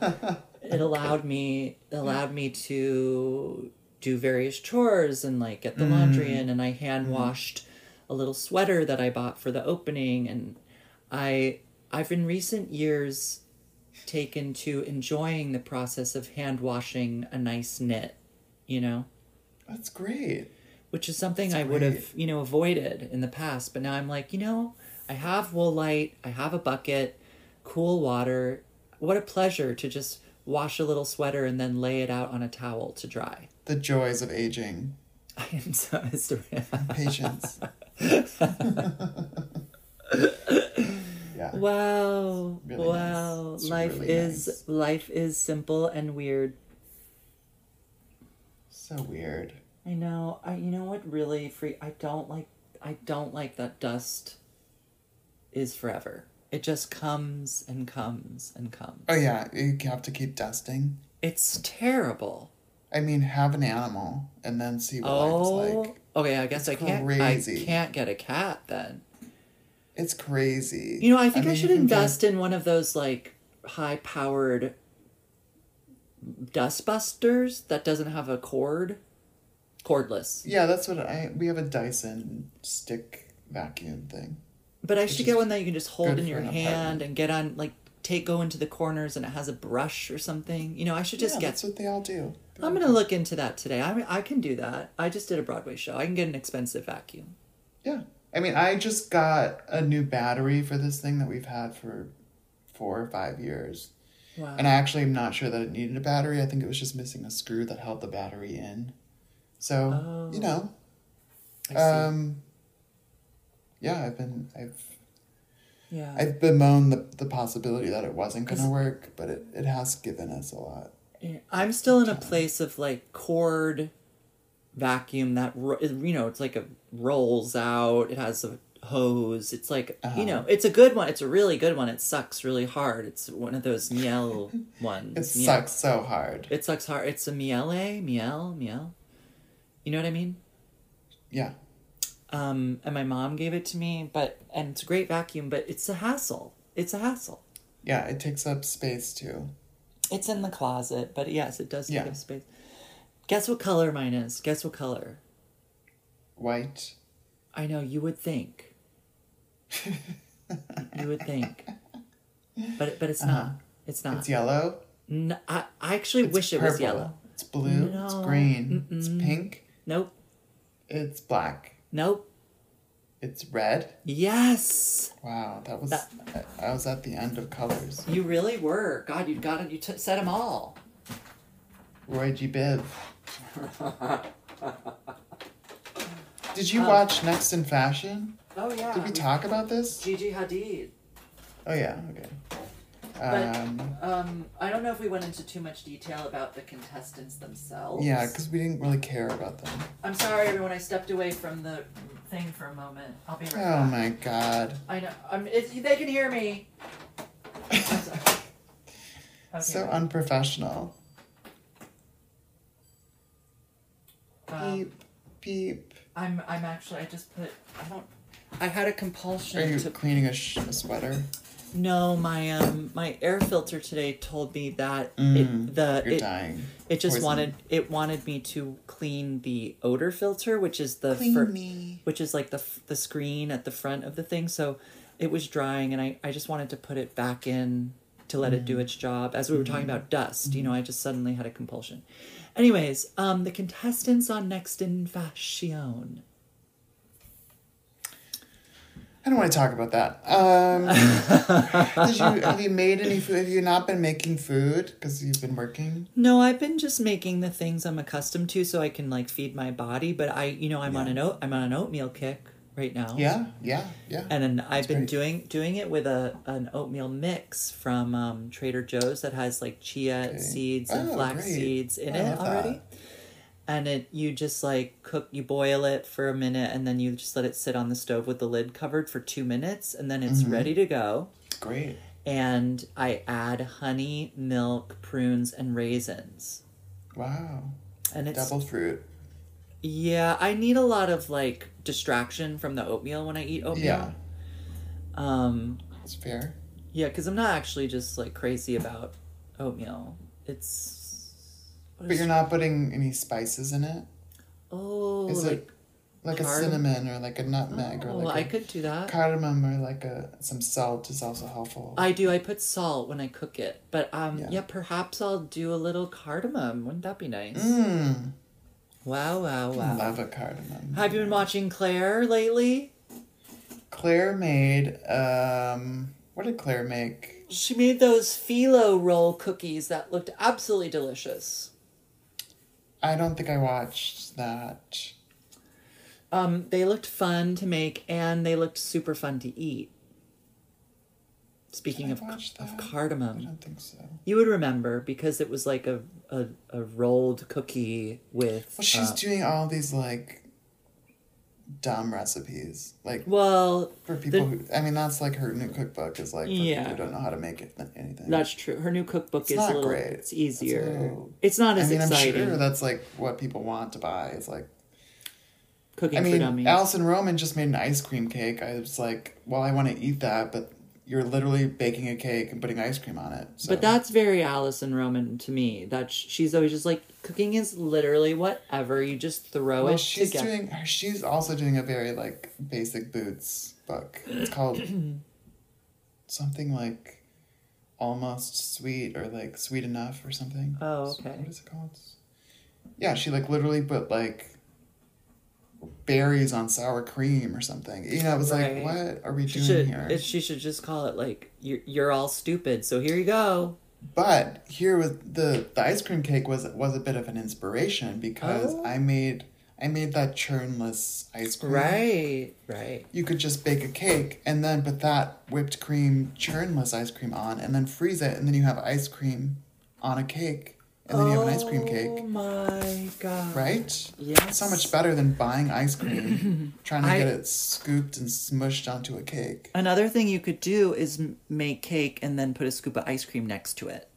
it allowed me it allowed me to do various chores and like get the laundry in, and I hand washed a little sweater that I bought for the opening, and I I've in recent years taken to enjoying the process of hand washing a nice knit, you know
That's great.
which is something I would have, you know, avoided in the past. But now I'm like, you know, I have wool light, I have a bucket, cool water. What a pleasure to just wash a little sweater and then lay it out on a towel to dry.
The joys of aging.
I am so
Patience. yeah.
Wow.
really
wow.
nice. It's
Life
really
is
nice.
life is simple and weird.
So weird.
I know. I you know what really free I don't like I don't like that dust is forever. It just comes and comes and comes.
Oh yeah, you have to keep dusting.
It's terrible.
I mean, have an animal and then see what
oh,
life's like.
okay. I guess I can't. I
crazy.
can't get a cat then.
It's crazy.
You know, I think I,
mean,
should
you can get-
invest in one of those like high-powered dust busters that doesn't have a cord, cordless.
Yeah, that's what I. We have a Dyson stick vacuum thing.
But I should get one that you can just hold
good
in
for
your
an
hand
apartment.
and get on like take go into the corners and it has a brush or something. You know, I should just
yeah,
get.
that's what they all do.
I'm gonna look into that today. I mean, I can do that. I just did a Broadway show. I can get an expensive vacuum.
Yeah. I mean, I just got a new battery for this thing that we've had for four or five years.
Wow.
And I actually am not sure that it needed a battery. I think it was just missing a screw that held the battery in. So, you know,
Oh. I see.
um, yeah, I've been, I've,
yeah.
I've bemoaned the, the possibility that it wasn't going to work, but it, it has given us a lot.
Yeah, I'm still in a place of like cord vacuum that ro- you know it's like a rolls out. It has a hose. It's like you
Uh-huh.
know it's a good one. It's a really good one. It sucks really hard. It's one of those miel ones.
It
Miel.
sucks so hard.
It sucks hard. It's a miele miel miel. You know what I mean?
Yeah.
Um, and my mom gave it to me, but and it's a great vacuum, but it's a hassle. It's a hassle.
Yeah. It takes up space too.
It's in the closet, but yes, it does take
Yeah.
up space. Guess what color mine is? Guess what color?
White.
I know you would think. you would think, but but it's not. It's not.
Uh-huh. It's yellow.
N- I, I actually
It's
wish it was
purple.
yellow.
It's blue. It's
No,
green. It's pink.
Nope.
It's black.
Nope.
It's red.
Yes,
Wow, that was
That-
I, I was at the end of colors.
you really were. God, you got it. You t- said them all.
Roy G. Biv. Did
Um,
you watch Next in Fashion?
Oh yeah.
Did we talk about this?
Gigi Hadid.
Oh yeah. Okay. Um,
Um, I don't know if we went into too much detail about the contestants themselves.
yeah, because we didn't really care about them.
I'm sorry, everyone. I stepped away from the thing for a moment. I'll be right back.
Oh my god.
I know. I'm, it's, they can hear me. I'm sorry. Okay.
So unprofessional.
um,
Beep, beep.
I'm. I'm actually. I just put. I don't. I had a compulsion
Are you
to.
cleaning a, sh- a sweater?
No, my um, my air filter today told me that it, the
You're
Uh, it,
dying.
it just
Poison.
wanted it wanted me to clean the odor filter, which is the
Clean
fir-
me.
which is like the f- the screen at the front of the thing. So it was drying, and I I just wanted to put it back in to let it do its job. As we were talking about dust, you know, I just suddenly had a compulsion. Anyways, um, the contestants on Next in Fashion.
I don't want to talk about that. Um, did you, have you made any food? Have you not been making food because you've been working?
No, I've been just making the things I'm accustomed to so I can like feed my body, but I you know, I'm on an oat I'm on an oatmeal kick right now.
Yeah, yeah, yeah.
And then I've been
great.
doing doing it with a an oatmeal mix from um, Trader Joe's that has like chia seeds and
Oh,
flax
great.
seeds in
I
it
love that.
already. And it you just like cook you boil it for a minute and then you just let it sit on the stove with the lid covered for 2 minutes and then it's
Mm-hmm.
ready to go
Great.
and I add honey, milk, prunes and raisins.
Wow.
And it's
Double fruit.
yeah, I need a lot of like distraction from the oatmeal when I eat oatmeal.
Yeah.
Um,
It's fair.
yeah, because I'm not actually just like crazy about oatmeal. It's. what
But
is-
you're not putting any spices in it?
Oh,
Is
like,
it like a
card-
cinnamon or like a nutmeg or
oh,
like
I
a
could do that.
cardamom or like a some salt is also helpful.
I do. I put salt when I cook it, but um, yeah.
Yeah.
perhaps I'll do a little cardamom. Wouldn't that be nice?
Mmm.
Wow, wow, wow.
Love a cardamom.
Have you been watching Claire lately?
Claire made um what did Claire make?
She made those phyllo roll cookies that looked absolutely delicious.
I don't think I watched that.
Um, they looked fun to make and they looked super fun to eat. Speaking
Did
of,
I watch
of
that? I
cardamom,
don't think so. Well
you would remember because it was like a, a, a rolled cookie with.
she's
uh,
doing all these like dumb recipes. Like
well,
for people who I mean that's like her new cookbook is like for
Yeah.
people who don't know how to make it anything.
That's true. Her new cookbook
It's
is
not
a little.
great.
It's easier. It's,
It's a little-
not
I
as
mean
exciting.
I'm sure that's like what people want to buy. It's like
cooking
I
for
mean,
dummies.
Allison Roman just made an ice cream cake. I was like, well, I want to eat that, but you're literally baking a cake and putting ice cream on it. So.
But that's very Allison Roman to me. That sh- she's always just like cooking is literally whatever you just throw
well,
it
she's
together.
doing. She's also doing a very like basic boots book. It's called something like almost sweet or like sweet enough or something.
Oh, okay.
What is it called? Yeah, she like literally put like berries on sour cream or something. You know, it was
Right.
like, what are we
she
doing
should.
here?
It, she should just call it like you're you're all stupid. So here you go.
But here was the the ice cream cake was was a bit of an inspiration because
Oh.
I made I made that churnless ice cream.
Right. Right.
You could just bake a cake and then put that whipped cream churnless ice cream on and then freeze it and then you have ice cream on a cake and then you have an ice cream
Oh
cake.
my god.
Right?
Oh. Yes.
So much better than buying ice cream, trying to
I-
get it scooped and smushed onto a cake.
Another thing you could do is m- make cake and then put a scoop of ice cream next to it.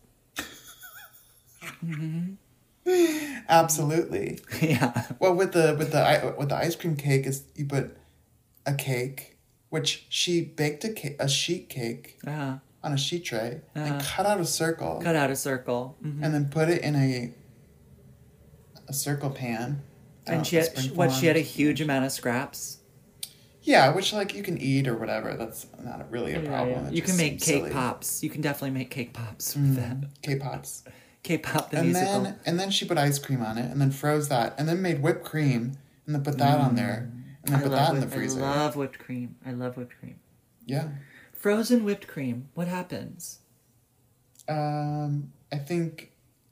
Absolutely.
yeah.
Well, with the with the i- with the ice cream cake is you put a cake, which she baked a ca- a sheet cake
Uh,
on a sheet tray and cut out a circle
cut out a circle. Mhm.
and then put it in a a circle pan. I don't know,
And she
a
had she,
sprinkle
what? She
on
had a
it.
huge amount of scraps.
yeah, which like you can eat or whatever. That's not really a problem. It
You
just
can make
seems
cake
silly. Mm-hmm.
pops. You can definitely make cake pops with that.
K-pops.
K-pop the
and
musical.
then and then she put ice cream on it and then froze that and then made whipped cream and then put that on there and then
Mm. I,
put
love
that in the
whip-
freezer.
I love whipped cream. I love whipped cream.
yeah.
Frozen whipped cream. What happens?
Um, I think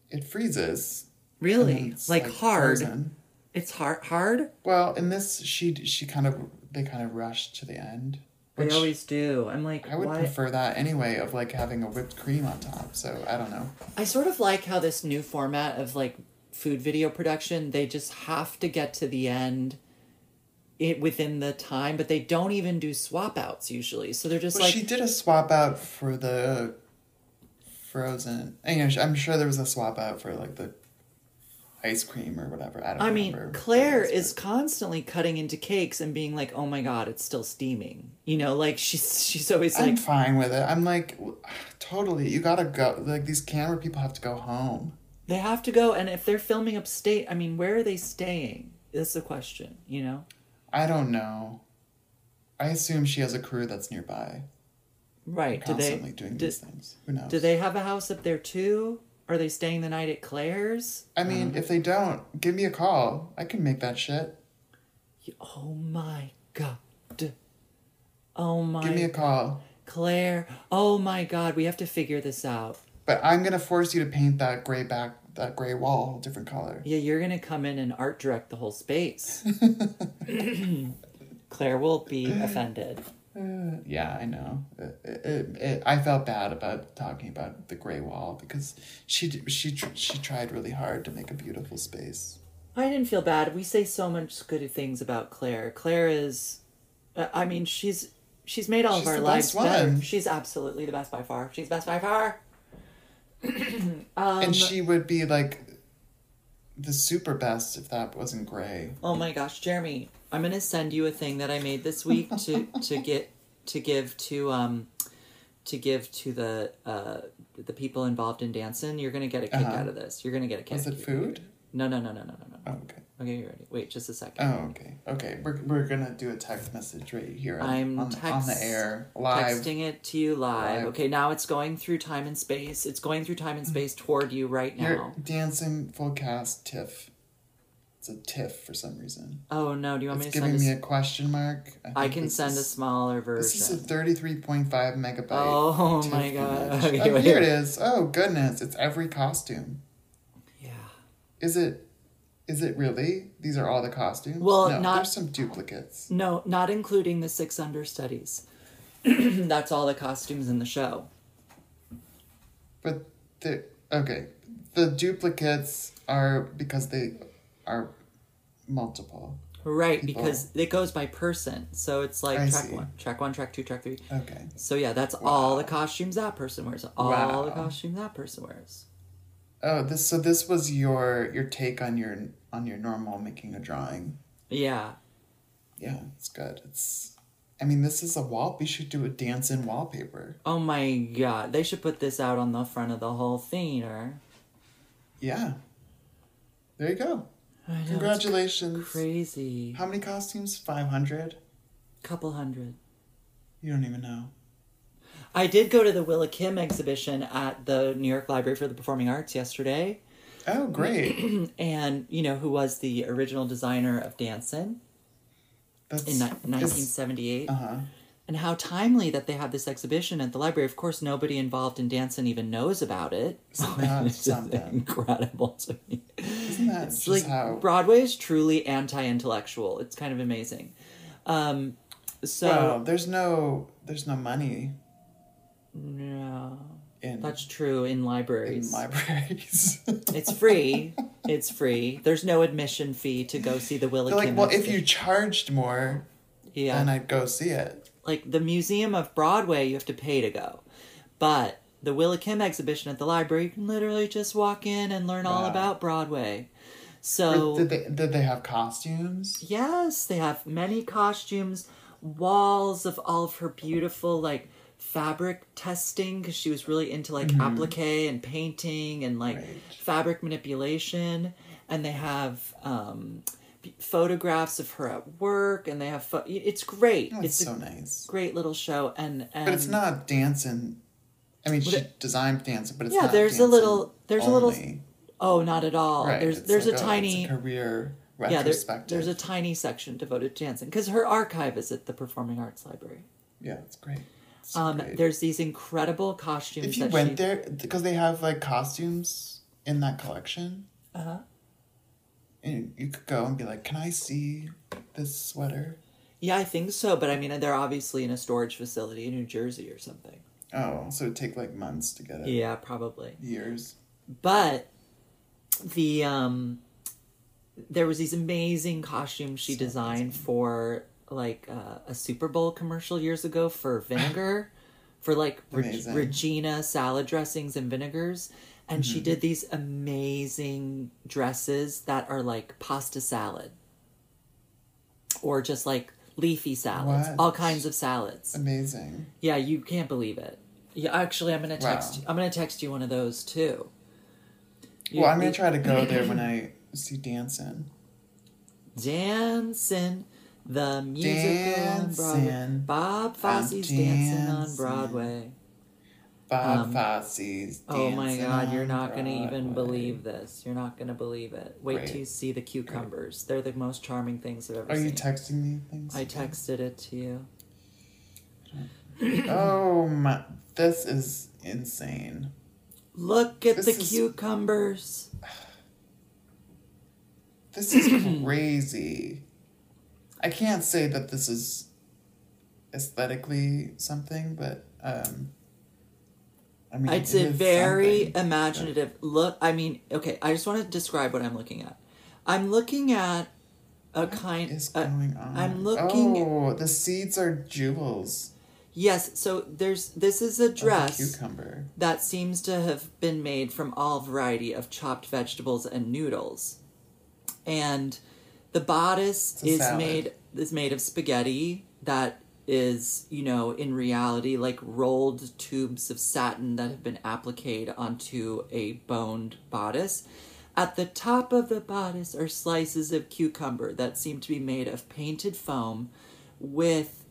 it freezes. and then
Really?
it's,
Like, hard.
frozen.
It's hard. Hard.
Well, in this, she she kind of they kind of rush to the end. Which
they always do. I'm like,
I would
why?
prefer that anyway, of like having a whipped cream on top. So I don't know.
I sort of like how this new format of like food video production, they just have to get to the end it within the time, but they don't even do swap outs usually. So they're just
Well,
like
she did a swap out for the frozen. And, you know, I'm sure there was a swap out for like the ice cream or whatever. I don't.
I mean,
remember what it
Claire
was,
is
but-
constantly cutting into cakes and being like, "Oh my god, it's still steaming." You know, like she's she's always
I'm
like,
fine with it. I'm like, totally. You gotta go. Like these camera people have to go home.
they have to go, and if they're filming upstate, I mean, where are they staying? That's the question, you know.
I don't know. I assume she has a crew that's nearby,
Right? Do they
constantly doing
do,
these things. Who knows?
do they have a house up there too? Are they staying the night at Claire's?
I mean, if they don't, give me a call. I can make that shit.
Oh my god! Oh my
Give me a call.
Claire! Oh my god! We have to figure this out.
But I'm gonna force you to paint that gray back, that gray wall, a different color.
Yeah, you're gonna come in and art direct the whole space. Claire will be offended. Mm.
Uh, yeah, I know. It, it, it, I felt bad about talking about the gray wall because she d- she tr- she tried really hard to make a beautiful space.
I didn't feel bad. We say so much good things about Claire. Claire is, uh, I mean, she's she's made all
She's
of our
the
lives
best
better.
one.
She's absolutely the best by far. She's best by far. Um,
and she would be like the super best if that wasn't gray.
Oh my gosh, Jeremy, I'm gonna send you a thing that I made this week to to get to give to um to give to the uh the people involved in dancing. You're gonna get a kick
Uh-huh.
out of this. You're gonna get a kick.
Is it food?
No, no, no, no, no, no, no.
Oh, okay.
Okay, you ready? Wait, just a second.
Oh, okay. Okay. We're, we're going to do a text message right here on,
I'm
on, the- on the
text-
air, live.
Texting it to you live.
Live. Mm.
Okay, now it's going through time and space. It's going through time and space toward you right now.
You're dancing full cast TIFF. It's a TIFF for some reason.
Oh no! Do you want
It's
me to send?
giving
A,
me
s-
a question mark.
I
think
can
this
send a
is-
smaller version.
This is a 33.5 megabyte.
Oh
TIFF
my god!
image.
Okay,
oh,
wait.
here it is. Oh goodness, it's every costume.
Yeah.
Is it? Is it really? These are all the costumes.
Well,
no,
not-
there's some duplicates.
No, not including the six understudies. That's all the costumes in the show.
But the okay, the duplicates are because they are multiple.
Right,
People.
because it goes by person. So it's like
I
track
see.
one, track one, track two, track three.
Okay.
So yeah, that's all the costumes that person wears. All
Wow.
the costumes that person wears.
Oh, this so this was your your take on your on your normal making a drawing.
Yeah.
Yeah, it's good. It's. I mean, this is a wall. We should do a dance in wallpaper.
Oh my god, they should put this out on the front of the whole theater.
Yeah. There you go.
I know, it's
Congratulations.
crazy.
How many costumes? 500?
Couple hundred.
You don't even know.
I did go to the Willa Kim exhibition at the New York Library for the Performing Arts yesterday,
Oh, great.
and you know who was the original designer of Danson
That's
in ni- 1978,
Uh huh.
and how timely that they have this exhibition at the library. Of course, nobody involved in Danson even knows about it.
Isn't that
It's just
something?
incredible to me.
Isn't that
It's
just
like
how.
Broadway is truly anti-intellectual. It's kind of amazing. Um, so
well, there's no there's no money
no,
in,
that's true in
in
libraries.
libraries.
It's free. it's free. There's no admission fee to go see the Willa
They're like,
Kim
well, if you
exhibition.
charged more,
yeah,
then I'd go see it.
like the Museum of Broadway, you have to pay to go, but the Willa Kim exhibition at the library, you can literally just walk in and learn all
Wow.
about Broadway. So
But Did they, did they have costumes?
Yes, they have many costumes, walls of all of her beautiful like fabric testing because she was really into like applique and painting and like
Mm-hmm. Right.
fabric manipulation. And they have um, p- photographs of her at work, and they have pho- it's great.
Oh,
it's
it's
a
so nice.
great little show, and and
But it's not dancing. I mean, she
it-
designed dancing, but it's
Yeah,
not
there's a
dancing
little- there's a little-
only.
oh, not at all.
Right,
There's
it's
there's
like
a tiny
it's a career
yeah there,
retrospective.
there's a tiny section devoted to dancing because her archive is at the Performing Arts Library.
Yeah, it's great. It's
Um,
great.
there's these incredible costumes.
if you
that
went
she,
there, because they have like costumes in that collection,
Uh-huh.
and you could go and be like, "Can I see this sweater?"
yeah, I think so. But I mean, they're obviously in a storage facility in New Jersey or something.
Oh, so it'd take like months to get it.
Yeah, probably.
Years.
But the um, there was these amazing costumes she designed for like uh, a Super Bowl commercial years ago for vinegar, for like Reg-
Amazing.
Regina salad dressings and vinegars. And
Mm-hmm.
she did these amazing dresses that are like pasta salad or just like leafy salads,
What?
all kinds of salads.
Amazing.
Yeah, you can't believe it. Yeah, actually, I'm gonna text.
Wow.
I'm gonna text you one of those too. You-
well, I'm gonna
you-
try to go there when I see dancing.
dancing the musical on Broadway.
Dancing.
Bob Fosse's dancing on
dancing.
Broadway.
Bob Fosse's.
Um, Oh my
Dancing
God, you're
on
not gonna even
Broadway.
believe this. You're not gonna believe it. Wait till
Great.
you see the cucumbers. They're the most charming things I've ever
Are
seen.
you texting me things?
I texted it to you.
Oh my! This is insane.
Look at
This
the
is-
cucumbers.
This is crazy. I can't say that this is aesthetically something, but um, I mean,
It's
it
a
is
very
something.
imaginative look. I mean, okay, I just want to describe what I'm looking at. I'm looking at a kind.
What is
a-
going on?
I'm looking.
Oh, the seeds are jewels.
Yes, so there's this is a
of Oh, the
dress
Cucumber.
that seems to have been made from all variety of chopped vegetables and noodles, and the bodice
a
is
salad.
made is made of spaghetti that is, you know, in reality, like rolled tubes of satin that have been appliqued onto a boned bodice. At the top of the bodice are slices of cucumber that seem to be made of painted foam with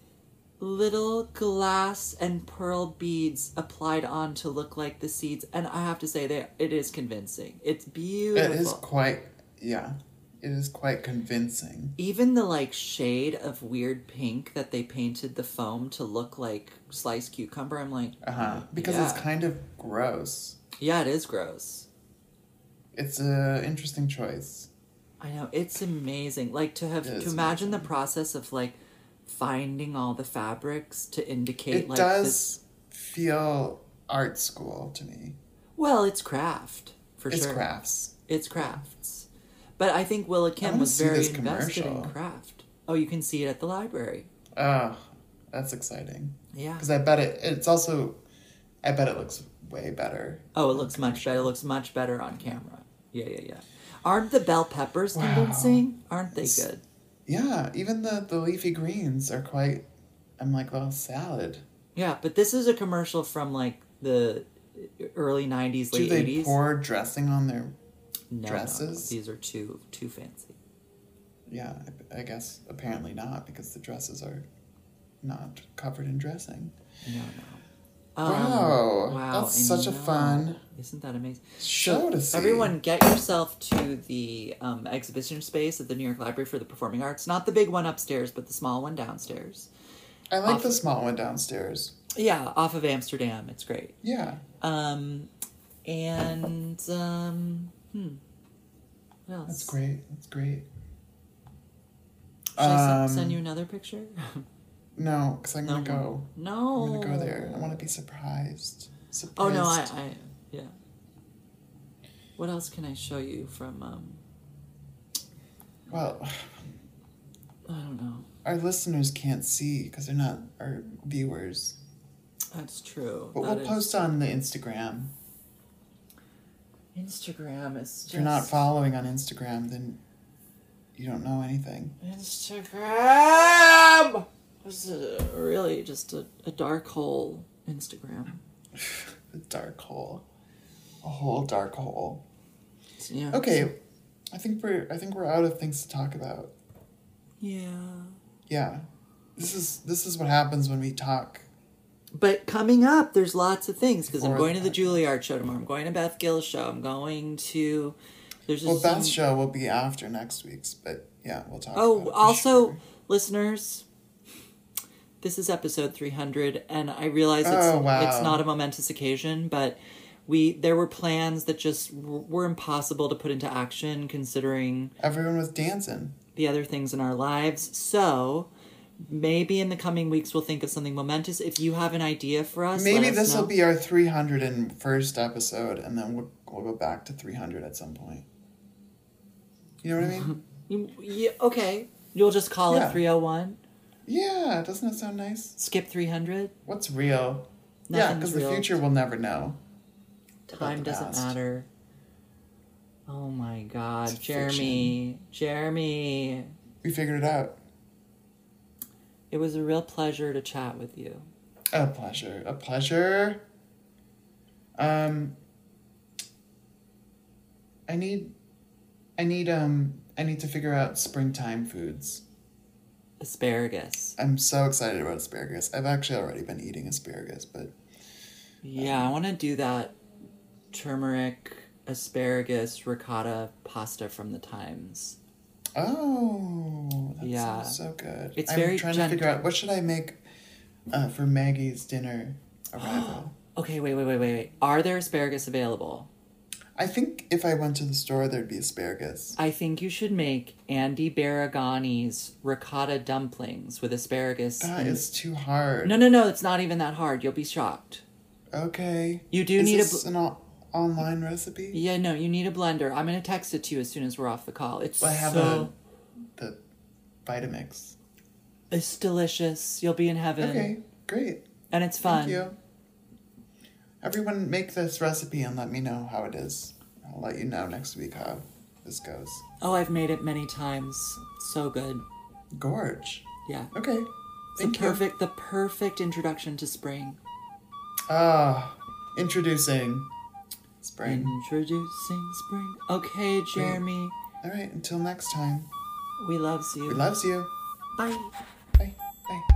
little glass and pearl beads applied on to look like the seeds and i have to say that it is convincing it's
It
beautiful
is quite, yeah, it is quite convincing.
even the like shade of weird pink that they painted the foam to look like sliced cucumber i'm like
Uh huh. Because it's
Yeah.
kind of gross.
yeah it is gross
It's a interesting choice.
i know it's amazing like to have
It
to
is
imagine the process of like finding all the fabrics to indicate
It
like
does
this
feel art school to me.
well it's craft for
it's
sure
crafts.
It's crafts. But I think Willa Kim
wanna
was
see
very
this
invested in
commercial.
craft. Oh, you can see it at the library.
Oh, that's exciting.
Yeah.
Because I bet it. It's also, I bet it looks way better.
Oh, it looks much better. It looks much better on camera. Yeah, yeah, yeah. Aren't the bell peppers
Wow.
convincing? Aren't they
It's-
good?
Yeah, even the the leafy greens are quite. I'm like, well, salad.
Yeah, but this is a commercial from like the early 90s,
Do
late
they
80s.
pour dressing on their?
no, No, no.
dresses?
These are too too fancy.
Yeah, I, I guess apparently not because the dresses are not covered in dressing.
No, no. Um,
Wow, that's
I
such a
know.
fun
Isn't that amazing?
Show to see.
Everyone, get yourself to the um, exhibition space at the New York Library for the Performing Arts. Not the big one upstairs, but the small one downstairs.
I like
Awesome.
the small one downstairs.
Yeah, off of Amsterdam. It's great.
Yeah.
Um, and um, hmm, what else?
That's great. That's great.
Should I
Um,
se- send you another picture?
No, because I'm
No.
gonna go.
no.
I'm gonna go there. I want to be surprised.
Oh
Surprised.
no, I, I yeah. What else can I show you from? Um,
Well,
I don't know.
our listeners can't see because they're not our viewers,
That's true.
but
That
we'll
is-
post on the Instagram.
Instagram is just
If you're not following on Instagram, then you don't know anything.
Instagram. This is a- really just a, a dark hole. Instagram.
A dark hole, a whole dark hole.
It's- Yeah.
Okay, I think we're I think we're out of things to talk about.
Yeah.
Yeah, this is this is what happens when we talk.
But coming up, there's lots of things because I'm
Or
going to the
that.
Juilliard show tomorrow. I'm going to Beth Gill's show. I'm going to. There's just
Well,
some-
Beth's show will be after next week's, but yeah, we'll talk. about
Oh,
it for
also,
sure.
listeners, this is episode 300, and I realize it's,
Oh, wow.
it's not a momentous occasion, but we there were plans that just w- were impossible to put into action considering
everyone was dancing.
the other things in our lives. So maybe in the coming weeks we'll think of something momentous. If you have an idea for us,
Maybe
let us
this will
know.
be our 301st episode, and then we'll, we'll go back to 300 at some point. You know what I mean?
You- yeah, okay. You'll just call it
Yeah.
301,
yeah, doesn't that sound nice?
skip 300.
What's real? yeah,
Nothing's
because the
real.
future will never know.
Time
the
doesn't
past.
matter. Oh my God,
It's
Jeremy, Jeremy,
We figured it out.
it was a real pleasure to chat with you.
A pleasure. A pleasure. Um. I need. I need. Um. I need to figure out springtime foods.
Asparagus.
I'm so excited about asparagus. I've actually already been eating asparagus, but
Yeah, I want to do that turmeric asparagus ricotta pasta from the Times.
oh, that
Yeah.
sounds so good.
It's
I'm
very
trying to figure out what should I make uh, for Maggie's dinner arrival.
Okay, wait, wait, wait, wait, wait. Are there asparagus available?
I think if I went to the store, there'd be asparagus.
I think you should make Andy Baragani's ricotta dumplings with asparagus.
That
and-
Ah, is too hard.
No, no, no, it's not even that hard. You'll be shocked.
Okay.
You do
is
need a
this an o- online recipe?
Yeah, no, you need a blender. I'm gonna text it to you as soon as we're off the call. It's
I have
so
a, the Vitamix.
it's delicious. You'll be in heaven,
Okay, great.
and it's fun.
Thank you. Everyone, make this recipe and let me know how it is. I'll let you know next week how this goes.
Oh, I've made it many times. So good.
Gorge.
Yeah.
Okay.
It's the
Thank you.
perfect, the perfect introduction to spring.
Ah, introducing spring.
Introducing spring. Okay, Jeremy,
All right, until next time.
we loves you.
We loves you.
Bye.
Bye. Bye.